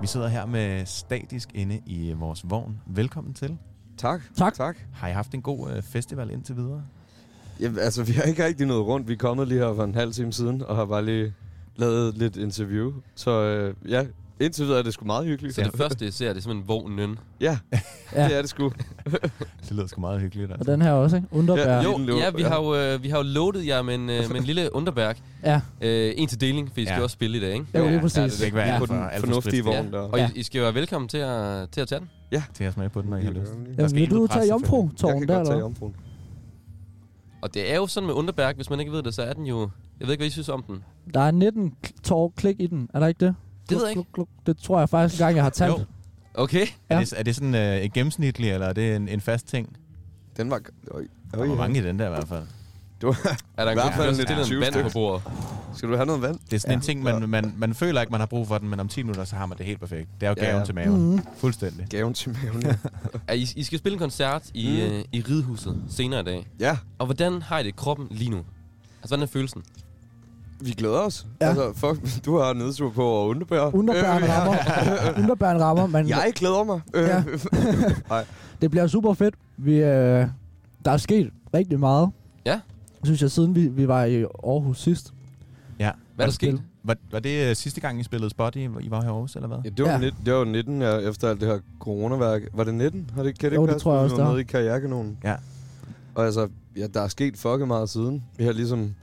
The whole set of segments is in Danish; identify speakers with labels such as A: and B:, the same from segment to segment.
A: Vi sidder her med statisk inde i øh, vores vogn. Velkommen til.
B: Tak.
C: Tak.
B: tak.
A: Har I haft en god øh, festival indtil videre?
B: Jamen, altså, vi har ikke rigtig nået rundt. Vi er kommet lige her for en halv time siden, og har bare lige lavet lidt interview. Så øh, ja, indtil videre er det sgu meget hyggeligt.
D: Så det første, jeg ser, det er simpelthen vognen.
B: Ja,
C: Ja.
B: ja. det er det sgu.
A: Det lyder sgu meget hyggeligt.
C: Og
A: Altså.
C: den her også, ikke? Underbær.
B: Ja,
C: Ja,
B: jo.
D: Jo, ja, vi har jo, øh, vi har jo loadet jer med en, øh, med en lille underberg.
C: ja.
D: Øh, en til deling, for I skal
A: Ja.
D: ja. også spille i dag, ikke?
C: jo,
B: Ja,
C: lige
B: ja,
A: Ja,
C: præcis.
A: det skal ikke være
C: Ja.
A: alt
B: På
A: for,
B: den
A: alt for
B: fornuftige
A: stridt
B: vogn der.
D: Og
C: Ja.
D: I, I skal jo være velkommen til at, til at tage den.
A: til at smage på den, når I har lyst. Der
C: Jamen,
A: skal
C: vil
A: intet
C: du
A: pres,
C: tage
A: selvfølgelig.
B: Jeg kan
C: jomfru-tårn der,
B: godt tage
C: eller
B: jomfruen.
D: Og det er jo sådan med underberg, hvis man ikke ved det, så er den jo... Jeg ved ikke, hvad I synes om den.
C: hvad? Der er 19 kl- tår klik i den, er der ikke det?
D: Det ved jeg ikke.
C: Gluk, gluk, gluk. Det tror jeg faktisk engang, jeg har talt.
A: Jo.
D: Okay.
A: Er,
C: Ja.
A: det, er det sådan øh, et gennemsnitligt, eller er det en, en fast ting?
B: Den var... Øj,
A: Der
B: øj,
A: var mange i den der i hvert fald.
B: Det var,
D: Er der en
B: I
D: god
B: hvert fald
D: plads
B: lidt
D: til en
B: 20
D: vand
B: stykker.
D: på bordet?
B: skal du have noget vand?
A: Det er sådan ja.
C: Ja.
A: en ting, man, man, man føler ikke, man har brug for den, men om 10 minutter, så har man det helt perfekt. Det er jo
B: Ja,
A: gaven ja,
B: ja.
A: ja. til maven.
C: Mhm.
A: Mm. Fuldstændig.
B: Gaven til maven. ja.
D: Ja, I, I skal spille en koncert i,
B: Mm.
D: øh, i Ridhuset senere i dag.
B: ja,
D: Og hvordan har I det i kroppen lige nu? Altså, hvordan er følelsen?
B: vi glæder os.
C: Ja.
B: Ja. Altså, fuck, du har nedtur på og underbærer.
C: Underbæren rammer. Underbæren rammer, men
B: Øh, Jeg glæder mig. Øh,
C: Ja.
B: ja.
C: det bliver super fedt. Vi, øh, der er sket rigtig meget.
D: Ja.
C: Synes jeg, siden vi, vi var i Aarhus sidst.
D: Hvad er der sket?
A: Var, var det øh, sidste gang, I spillede spot, I, I var her i Aarhus, eller hvad?
B: Ja, det var,
C: Ja.
B: ja. 19, det var 19 ja, efter alt det her coronaværk. Var det 19? Har det, kan det
C: Jo,
B: ikke
C: det
B: passe?
C: tror jeg
B: Vi
C: også,
B: var
C: det har.
B: nede i kajakenonen.
A: Ja.
B: Og altså, ja, der er sket fucking meget siden. Vi har ligesom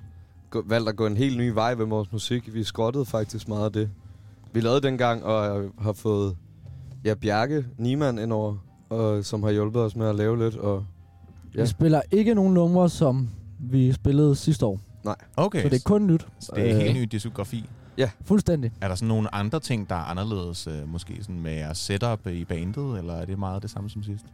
B: gå, valgt at gå en helt ny vej ved vores musik. Vi skrottede faktisk meget af det. Vi lavede dengang, og øh, har fået ja, Bjarke Niemann ind over, og, som har hjulpet os med at lave lidt. Og
C: Ja.
B: Ja.
C: Vi spiller ikke nogen numre, som vi spillede sidste år.
A: Okay,
C: Så det er kun nyt.
A: så det er helt
C: øh,
A: ny diskografi.
C: Fuldstændig.
A: Er der sådan nogle andre ting, der er anderledes, øh, måske sådan med jeres setup i bandet, eller er det meget det samme som sidst?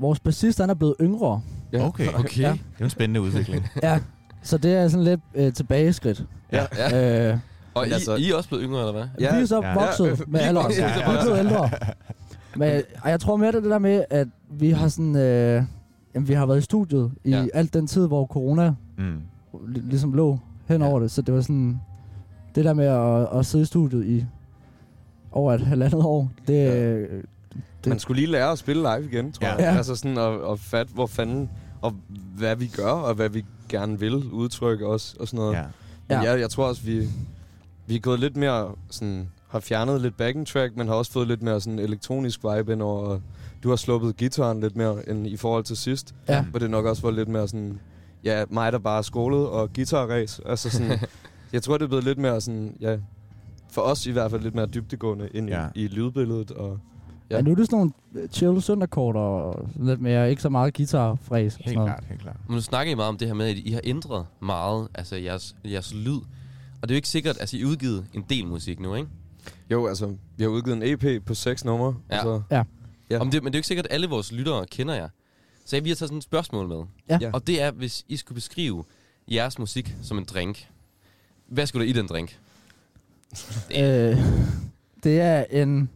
C: Vores bassist, han er blevet yngre.
B: Ja.
A: Okay, okay.
C: Ja.
A: det er jo en spændende udvikling.
C: Ja, så det er sådan lidt øh, tilbageskridt.
A: Ja.
C: Ja. Øh,
D: Og I,
B: altså-
D: I er også blevet yngre, eller hvad?
C: ja.
B: Ja.
C: Vi er så
A: Ja.
C: vokset
B: Ja.
C: ja. med alderen.
D: præcis,
C: Ja,
A: ja,
C: ja,
A: ja.
C: ja. Vi er blevet ældre. Men og jeg tror mere, det er det der med, at vi har sådan... Øh, jamen, vi har været i studiet i
D: Ja.
C: ja. alt den tid, hvor corona
A: Mm.
C: li- ligesom lå hen
A: Ja.
C: over det. Så det var sådan... Det der med at, at sidde i studiet i over et halvandet år, det... øh,
B: Ja.
C: Ja. Det-
B: Det. Man skulle lige lære at spille live igen, tror
A: Ja.
B: ja. jeg.
C: Ja.
B: Altså sådan at, at fatte, hvor fanden, og hvad vi gør, og hvad vi gerne vil udtrykke os, og sådan noget.
A: Ja.
C: Ja.
B: Ja. Jeg, jeg tror også, vi, vi er gået lidt mere sådan, har fjernet lidt backing track, men har også fået lidt mere sådan elektronisk vibe ind over, og du har sluppet gitaren lidt mere end i forhold til sidst,
C: Ja.
B: hvor det nok også var lidt mere sådan, ja, mig der bare er skolet og guitarræs, altså sådan, jeg tror det er blevet lidt mere sådan, ja, for os i hvert fald lidt mere dybtegående ind
A: Ja.
B: ja. i, i lydbilledet, og
C: Ja.
B: Ja.
C: Men nu er det sådan nogle øh, chill søndagkort og lidt mere, ikke så meget guitarfræs. og sådan
A: Helt
C: noget.
A: klart, helt klart.
D: Men nu snakker I meget om det her med, at I har ændret meget, altså jeres, jeres lyd. Og det er jo ikke sikkert, altså I har udgivet en del musik nu, ikke?
B: jo, altså, vi har udgivet en EP på seks numre,
D: Ja.
B: og så,
D: Ja.
B: Ja.
D: Om det, men det er jo ikke sikkert, at alle vores lyttere kender jer. Så jeg vi har taget sådan et spørgsmål med.
C: Ja.
B: Ja.
D: Og det er, hvis I skulle beskrive jeres musik som en drink. Hvad skulle der i den drink?
C: Øh, det er en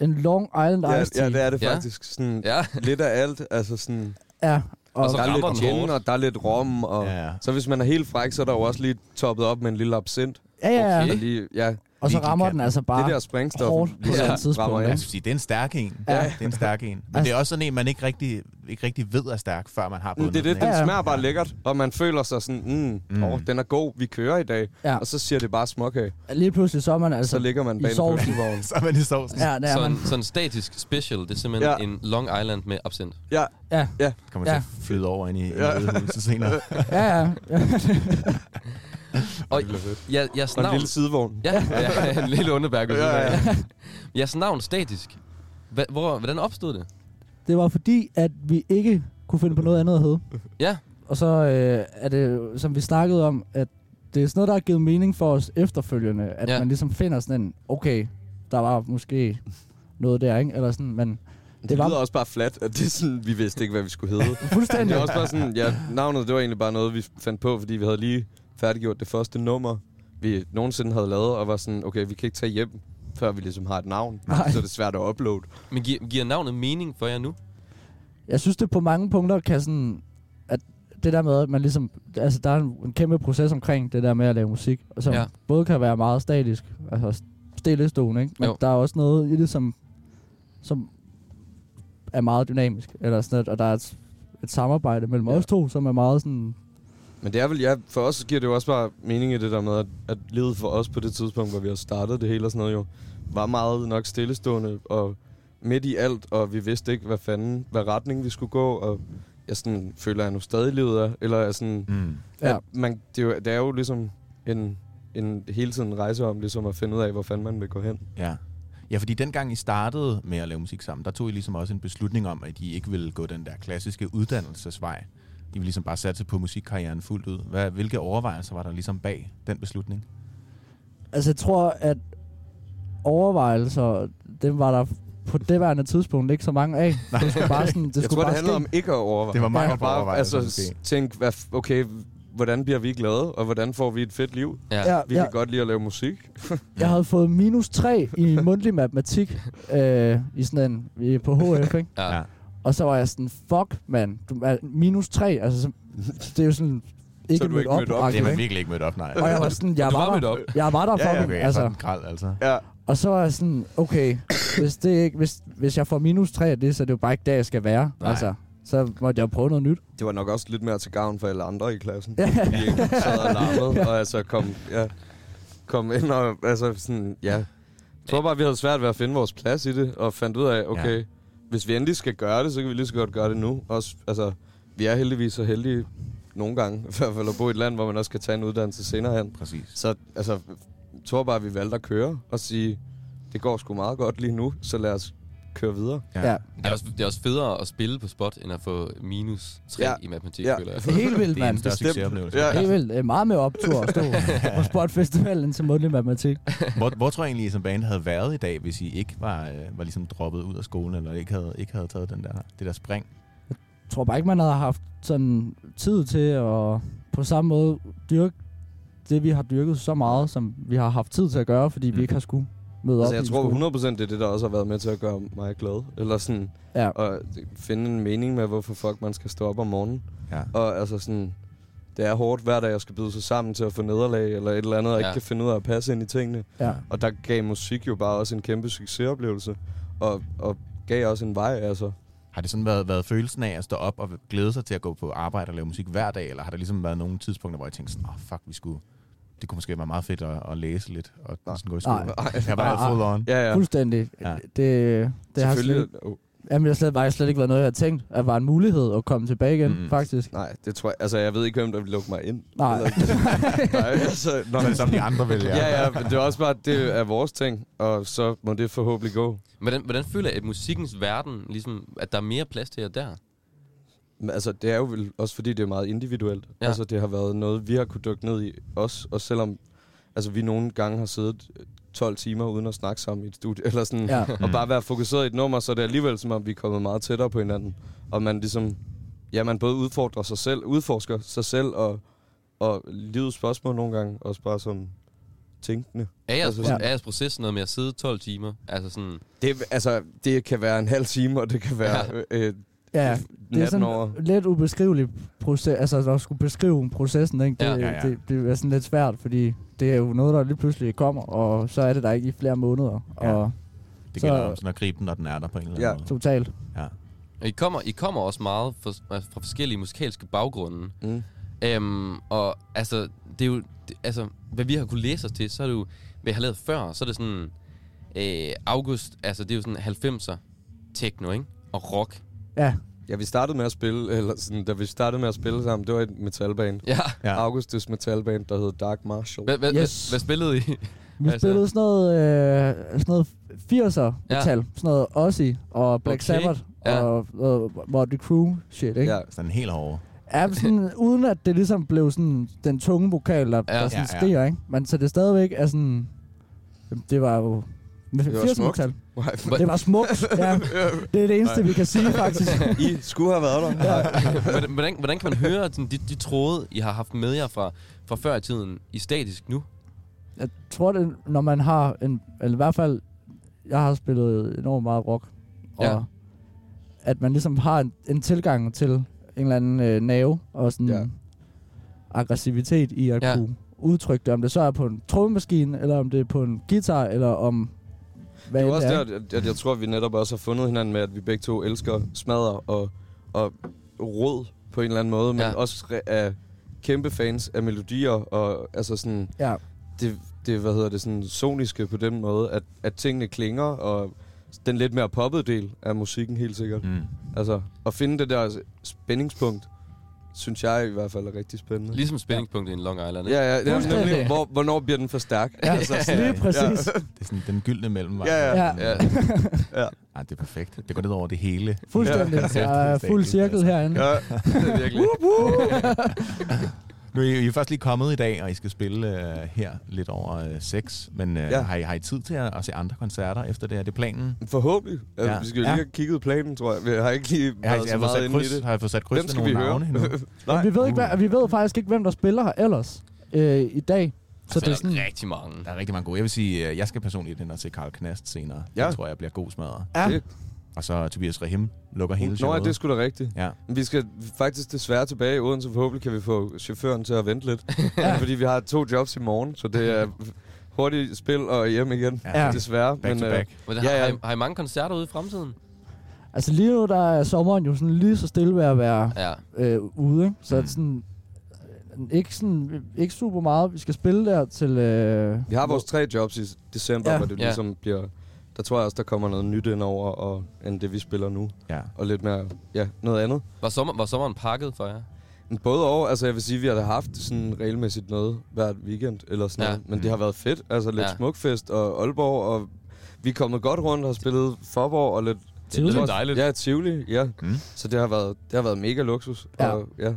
C: en Long Island
B: ja,
C: Ice Tea.
B: ja, det er det
D: Ja.
B: faktisk, sådan, ja.
D: Ja,
B: lidt af alt, altså sådan,
C: Ja, og,
D: Og så-
B: der er
D: rammer
B: lidt
D: den
B: gin,
D: hårdt.
B: og der er lidt rom, og
A: Ja, ja.
B: så hvis man er helt fræk, så er der jo også lige toppet op med en lille absint.
C: ja, ja,
D: Okay.
C: okay.
B: Og lige, ja, det
C: og så
A: Virkelig
C: rammer
A: kan
C: den
A: den.
C: altså bare.
B: der
C: Det
B: sprængstof.
C: hårdt på et eller andet tidspunkt,
B: rammer
C: ikke?
A: Jeg
B: af.
A: skulle Altså, sige, det er en stærk en.
C: Ja.
A: Ja. Det er en stærk en. Men altså,
C: Altså-
A: det er også sådan en, man ikke rigtig, ikke rigtig ved er stærk, før man har
B: Mm,
A: bundet
B: Det er det,
A: den. ikke?
B: den smager bare lækkert, og man føler sig sådan, mm,
A: Mm.
B: mm. Oh, den er god, vi kører i dag.
C: Ja.
B: Ja. Og så siger det bare småkage.
C: der... Lige pludselig så er man altså...
B: Så ligger man
C: i
B: bag en
C: sovsen.
B: pølsevogn.
A: Så er man i sovsen. Ja.
C: ja, der er
D: sådan,
C: man.
D: sådan en statisk special. Det er simpelthen
B: Ja.
D: ja. en Long Island med absint.
B: Ja,
C: Ja,
A: Kommer til
C: Ja.
A: at flyde over ind i, ja.
B: Ja.
A: i ødehuset senere.
C: ja, ja.
D: Og
B: det bliver fedt.
D: jeg, jeres
B: Og en
D: navn...
B: lille sidevogn.
D: Ja, ja, en lille underbærk.
B: Ja, ja.
D: Jeres navn statisk. Hva, hvor, hvordan opstod det?
C: Det var fordi, at vi ikke kunne finde på noget andet at hedde.
D: Ja.
C: Og så øh, er det, jo, som vi snakkede om, at det er sådan noget, der har givet mening for os efterfølgende. At
D: Ja.
C: man ligesom finder sådan en, okay, der var måske noget der, ikke? Eller sådan, men
B: Det,
C: Det
B: det
C: var-
B: lyder også bare flat, at det er sådan, vi vidste ikke, hvad vi skulle hedde. Men det
C: fuldstændig.
B: er også bare sådan, ja, navnet, det var egentlig bare noget, vi fandt på, fordi vi havde lige færdiggjort det første nummer, vi nogensinde havde lavet, og var sådan, okay, vi kan ikke tage hjem, før vi ligesom har et navn.
C: Nej.
B: Så er det svært at uploade.
D: Men giver, giver navnet mening for jer nu?
C: jeg synes det på mange punkter kan sådan, at det der med, at man ligesom, altså der er en, en kæmpe proces omkring det der med at lave musik, og som ja.
D: Ja.
C: både kan være meget statisk, altså det er lidt stående, ikke? Men
D: Jo.
C: jo. der er også noget i det, som, som er meget dynamisk, eller sådan noget, og der er et, et samarbejde mellem
B: Ja.
C: ja. os to, som er meget sådan...
B: Men det er vel, ja, for os giver det jo også bare mening i det der med, at, at livet for os på det tidspunkt, hvor vi har startet det hele og sådan noget jo, var meget nok stillestående og midt i alt, og vi vidste ikke, hvad fanden, hvad retning vi skulle gå, og jeg sådan, føler, at jeg nu stadig leder, eller er sådan,
A: Mm.
B: ja.
C: Ja.
B: at man, det, er jo, det er jo ligesom en, en hele tiden en rejse om ligesom at finde ud af, hvor fanden man vil gå hen.
A: Ja. Ja, fordi dengang I startede med at lave musik sammen, der tog I ligesom også en beslutning om, at I ikke ville gå den der klassiske uddannelsesvej. I ville ligesom bare satse på musikkarrieren fuldt ud. Hvad, hvilke overvejelser var der ligesom bag den beslutning?
C: Altså, jeg tror, at overvejelser, dem var der på det værende tidspunkt ikke så mange af. Nej. Det skulle bare sådan, det
B: jeg
C: skulle
B: tror, det
C: bare
B: handler om
C: ske.
B: ikke at overveje.
A: Det var mangel
B: Og
A: på
B: bare
A: overvejelser,
B: altså,
A: måske.
B: tænke, hvad, f- okay, hvordan bliver vi glade, og hvordan får vi et fedt liv?
D: Ja.
B: Vi kan godt lide at lave musik.
C: Jeg havde fået minus 3 i mundtlig matematik øh, i sådan en, i- på HF, ikke?
D: Ja.
A: Ja.
C: Og så var jeg sådan, fuck mand, du er minus 3, altså så, det er jo sådan ikke
B: Så er du
C: mødt
B: ikke
C: op,
B: mødt op.
A: Det er
C: agtigt,
A: man
C: ikke?
A: virkelig ikke mødt op, nej.
C: Og jeg var sådan, jeg
D: Du var
C: var,
D: mødt
C: der,
D: op.
C: jeg var der for
A: Ja,
C: dem,
A: okay, altså.
C: altså.
A: sådan kral, altså.
B: Ja.
C: Og så var jeg sådan, okay, hvis, det ikke, hvis, hvis jeg får minus 3 af det, så er det jo bare ikke der, jeg skal være.
A: Nej.
C: Altså, så måtte jeg prøve noget nyt.
B: Det var nok også lidt mere til gavn for alle andre i klassen.
C: Ja.
B: Vi ikke sad og larmede, og altså kom, ja, kom ind og altså sådan, ja. Jeg tror bare, vi havde svært ved at finde vores plads i det, og fandt ud af, okay, ja. hvis vi endelig skal gøre det, så kan vi lige så godt gøre det nu. Også, altså, vi er heldigvis så heldige nogle gange, i hvert fald at bo i et land, hvor man også kan tage en uddannelse senere hen.
A: Præcis.
B: Så altså, jeg tror bare, vi valgte at køre og sige, det går sgu meget godt lige nu, så lad os køre videre.
C: Ja.
D: Det er, også, det er også federe at spille på spot, end at få minus 3
B: Ja.
D: ja. i matematik,
B: Ja.
D: ja. føler jeg.
C: Helt vildt,
A: Det er en
C: mand.
A: større
B: Bestemt.
A: succesoplevelse.
B: Ja.
A: Ja.
C: Helt vildt. Øh, Meget mere optur at stå på Sportfestivalen til mundtlig matematik.
A: Hvor, hvor tror jeg egentlig, I som band havde været i dag, hvis I ikke var, øh, var ligesom droppet ud af skolen, eller ikke havde, ikke havde taget den der, det der spring?
C: Jeg tror bare ikke, man havde haft sådan tid til at på samme måde dyrke det, vi har dyrket så meget, som vi har haft tid til at gøre, fordi
A: Mm.
C: vi ikke har skulle møde op
B: Mhm. Altså,
C: i
B: jeg
C: en skole.
B: tror 100% det er det, der også har været med til at gøre mig glad. Eller sådan,
C: Ja.
B: at finde en mening med, hvorfor fuck man skal stå op om morgenen.
A: Ja.
B: Og altså sådan, det er hårdt hver dag, jeg skal byde sig sammen til at få nederlag eller et eller andet, og
D: Ja.
B: ikke kan finde ud af at passe ind i tingene.
C: Ja.
B: Og der gav musik jo bare også en kæmpe succesoplevelse, og, og gav også en vej, altså.
A: Har det sådan været, været følelsen af at stå op og glæde sig til at gå på arbejde og lave musik hver dag, eller har der ligesom været nogle tidspunkter, hvor I tænkte sådan, åh oh, fuck, vi skulle, det kunne måske være meget fedt at, at læse lidt, og
B: Nej.
A: sådan gå i skole.
C: Nej.
A: Jeg var
C: Nej.
A: full on.
B: Ja, ja.
C: Fuldstændig.
A: Ja.
C: Ja. Det, det har slet, ikke-
B: Selvfølgelig. Oh,
C: jamen, jeg har slet, var jeg slet ikke været noget, jeg havde tænkt, at var en mulighed at komme tilbage igen,
B: Mhm.
A: Mm.
C: mm. faktisk.
B: nej, det tror jeg. Altså, jeg ved ikke, hvem der vil lukke mig ind.
C: Nej.
B: Eller- nej, altså,
A: Så er det som de andre vælger.
B: Ja, ja, men det er også bare, det er vores ting, og så må det forhåbentlig gå.
D: Hvordan, hvordan føler jeg, at musikkens verden, ligesom, at der er mere plads til jer der?
B: Men altså, det er jo vel også fordi, det er meget individuelt. Ja.
D: Ja.
B: Altså, det har været noget, vi har kunne dykke ned i os, og selvom altså, vi nogle gange har siddet øh, 12 timer uden at snakke sammen i et studie, eller sådan, ja.
C: Ja.
B: og bare være fokuseret i et nummer, så er det alligevel som om, vi er kommet meget tættere på hinanden. Og man ligesom, ja, man både udfordrer sig selv, udforsker sig selv, og, og livets spørgsmål nogle gange, også bare som tænkende.
D: Er jeres,
B: Altså
D: altså,
C: sådan-
D: er jeres proces noget med at sidde 12 timer? Altså sådan,
B: Det, altså, det kan være en halv time, og det kan være ja. øh,
C: ja. Det er
B: natten
C: sådan
B: over.
C: lidt ubeskrivelig proces, altså at skulle beskrive processen, ikke? Det,
D: Ja,
A: ja, ja.
C: Det, det, er sådan lidt svært, fordi det er jo noget, der lige pludselig kommer, og så er det der ikke i flere måneder,
A: Ja.
C: ja. og
A: Det
C: Så-
A: gælder om sådan at gribe den, når den er der på en eller anden
B: Ja.
A: måde.
C: totalt.
D: I kommer, I kommer også meget fra, fra forskellige musikalske baggrunde.
B: Mm.
D: Øhm, og altså, det er jo, det, altså, hvad vi har kunne læse os til, så er det jo, hvad jeg har lavet før, så er det sådan, øh, august, altså det er jo sådan 90'er techno, ikke? Og rock.
C: Ja,
B: Ja, vi startede med at spille, eller sådan, da vi startede med at spille sammen, det var et metalband.
D: Ja.
A: Ja.
B: Ja. Augustus metalband, der hed Dark Marshall.
D: Hvad, hvad, yes.
C: Yes.
D: hvad, hvad spillede I?
C: vi
D: Altså-
C: altså. spillede sådan noget, øh, sådan noget 80'er
D: Ja.
C: metal, sådan noget Ozzy og Black
D: Okay.
C: Sabbath
D: Ja.
C: og, og Motley Crue shit, ikke?
B: Ja.
A: Sådan helt over.
C: Ja, men sådan, uden at det ligesom blev sådan den tunge vokal, der,
D: Ja.
C: ja, der sådan
A: Ja, ja.
C: ja, skriger, ikke? Men så det stadigvæk er sådan... Jamen, Det var jo...
B: var
C: 80'er
B: smukt.
C: metal.
B: Nej,
C: Det var smukt, ja. Det er det eneste, vi kan sige, faktisk.
B: I skulle have været der.
D: hvordan, hvordan, hvordan kan man høre sådan, de, de tråde, I har haft med jer fra, fra før i tiden, i statisk nu?
C: Jeg tror, det, når man har en... Eller i hvert fald, jeg har spillet enormt meget rock. Og
D: Ja.
C: ja. at man ligesom har en, en tilgang til en eller anden øh, nerve og sådan
B: Ja.
C: ja. aggressivitet i at
D: Ja.
C: ja. kunne udtrykke det, om det så er på en trommemaskine, eller om det er på en guitar, eller om hvad
B: det er jo
C: end
B: også
C: det er.
B: der, at jeg, jeg tror, at vi netop også har fundet hinanden med, at vi begge to elsker smadre og, og rød på en eller anden måde, men
D: Ja.
B: ja. også re- er kæmpe fans af melodier og altså sådan,
C: Ja.
B: det, det hvad hedder det, sådan soniske på den måde, at, at tingene klinger, og den lidt mere poppede del af musikken helt sikkert. Mm.
A: Mm.
B: Altså, at finde det der spændingspunkt, synes jeg i hvert fald er rigtig spændende.
D: Ligesom spændingspunktet i en Long Island. ikke?
B: Ja, ja, ja
C: Fuldstændig.
B: nemlig, hvor, hvornår bliver den for stærk?
C: Ja,
A: Altså,
C: altså,
A: sådan-
C: lige præcis. Ja.
A: Det er sådan den gyldne mellemvej.
B: Ja, ja,
C: Ja.
B: ja.
A: Ej, det er perfekt. Det går ned over det hele.
C: Fuldstændig.
A: Ja.
C: Jeg er fuld cirkel herinde.
B: ja, det er virkelig.
A: Nu er I, I er først lige kommet i dag, og I skal spille øh, her lidt over øh, 6. Men øh, ja.
B: Ja.
A: har, I, har I tid til at, at se andre koncerter efter det her? Det er planen.
B: Forhåbentlig. Altså,
A: Ja.
B: ja. Vi skal jo lige
A: Ja.
B: have kigget planen, tror jeg. Vi har ikke lige
A: Jeg har,
B: været
A: jeg har,
B: så
A: fået
B: meget
A: sat
B: inde i
A: kryds,
B: det.
A: har jeg fået sat kryds
B: Hvem
A: ved nogle
B: skal vi høre?
A: navne endnu?
B: Nej.
C: Men vi ved, ikke, hvad, vi ved faktisk ikke, hvem der spiller her ellers øh, i dag. Så det er sådan,
D: Altså, rigtig mange.
A: Mm. Der er rigtig mange gode. Jeg vil sige, øh, jeg skal personligt ind og se Karl Knast senere. Ja.
B: Ja.
A: Jeg tror, jeg bliver god smadret.
C: Ja.
B: Det-
A: Og så Tobias Rahim lukker hele
B: Uh, Nå, ja,
A: showet.
B: det er sgu da rigtigt.
A: Ja.
B: Men vi skal faktisk desværre tilbage i Odense. Forhåbentlig kan vi få chaufføren til at vente lidt.
C: Ja.
B: ja. Fordi vi har to jobs i morgen, så det er hurtigt spil og hjem igen.
A: Ja.
B: Ja. Desværre.
A: Back to
B: øh,
A: back.
D: Hvordan,
B: Ja,
D: ja, ja.
B: ja.
D: Har, I, har I mange koncerter ude i fremtiden?
C: altså lige nu, der er sommeren jo sådan lige så stille ved at være
D: Ja.
C: øh, ude, ikke? Så
A: Mm.
C: mm. sådan, øh, ikke, sådan, ikke super meget. Vi skal spille der til... Øh,
B: Vi har vores tre jobs i december,
C: Ja.
B: ja. hvor det
D: Ja.
B: ligesom bliver... Der tror jeg også, der kommer noget nyt ind over, og, end det vi spiller nu.
A: Ja.
B: Og lidt mere, ja, noget andet.
D: Var, sommer, var sommeren pakket for jer?
B: Men Både og, altså jeg vil sige, at vi har da haft sådan regelmæssigt noget hver weekend eller sådan ja.
D: Ja.
B: noget. Men
A: Mm.
B: det har været fedt, altså lidt
D: Ja.
B: ja. smukfest og Aalborg, og vi er kommet godt rundt og har spillet Forborg og lidt...
C: Tivoli.
D: Det lyder dejligt.
B: Ja, Tivoli, ja.
A: Mm.
B: Mm. Så det har, været, det har været mega luksus.
C: Ja.
B: Og, ja.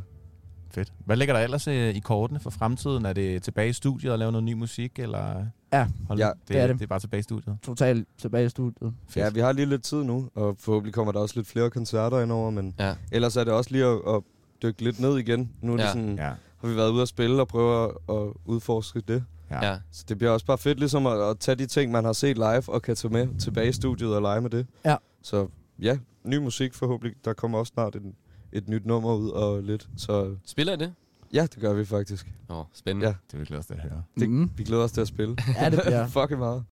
A: Fedt. Hvad ligger der ellers øh, i kortene for fremtiden? Er det tilbage i studiet og lave noget ny musik? Eller?
C: Ja,
A: Hold,
B: ja,
A: det,
C: det er det.
A: Det er bare tilbage i studiet.
C: totalt tilbage i studiet.
B: ja, vi har lige lidt tid nu, og forhåbentlig kommer der også lidt flere koncerter indover, men
D: Ja.
B: ellers er det også lige at, at dykke lidt ned igen. Nu er
D: Ja.
B: det sådan,
A: Ja.
B: har vi været ude at spille og prøve at, at udforske det.
A: Ja.
D: ja.
B: Så det bliver også bare fedt ligesom at, at tage de ting, man har set live, og kan tage med tilbage i studiet og lege med det.
C: Ja.
B: Så ja, ny musik forhåbentlig. Der kommer også snart en, et nyt nummer ud og lidt. Så
D: Spiller I det?
B: ja, det gør vi faktisk.
D: Nå, spændende.
B: Ja.
A: Det vil jeg glæde os til at høre.
B: Det-
C: Mm.
B: Vi glæder os til at spille.
C: Ja, det bliver
B: Fucking meget.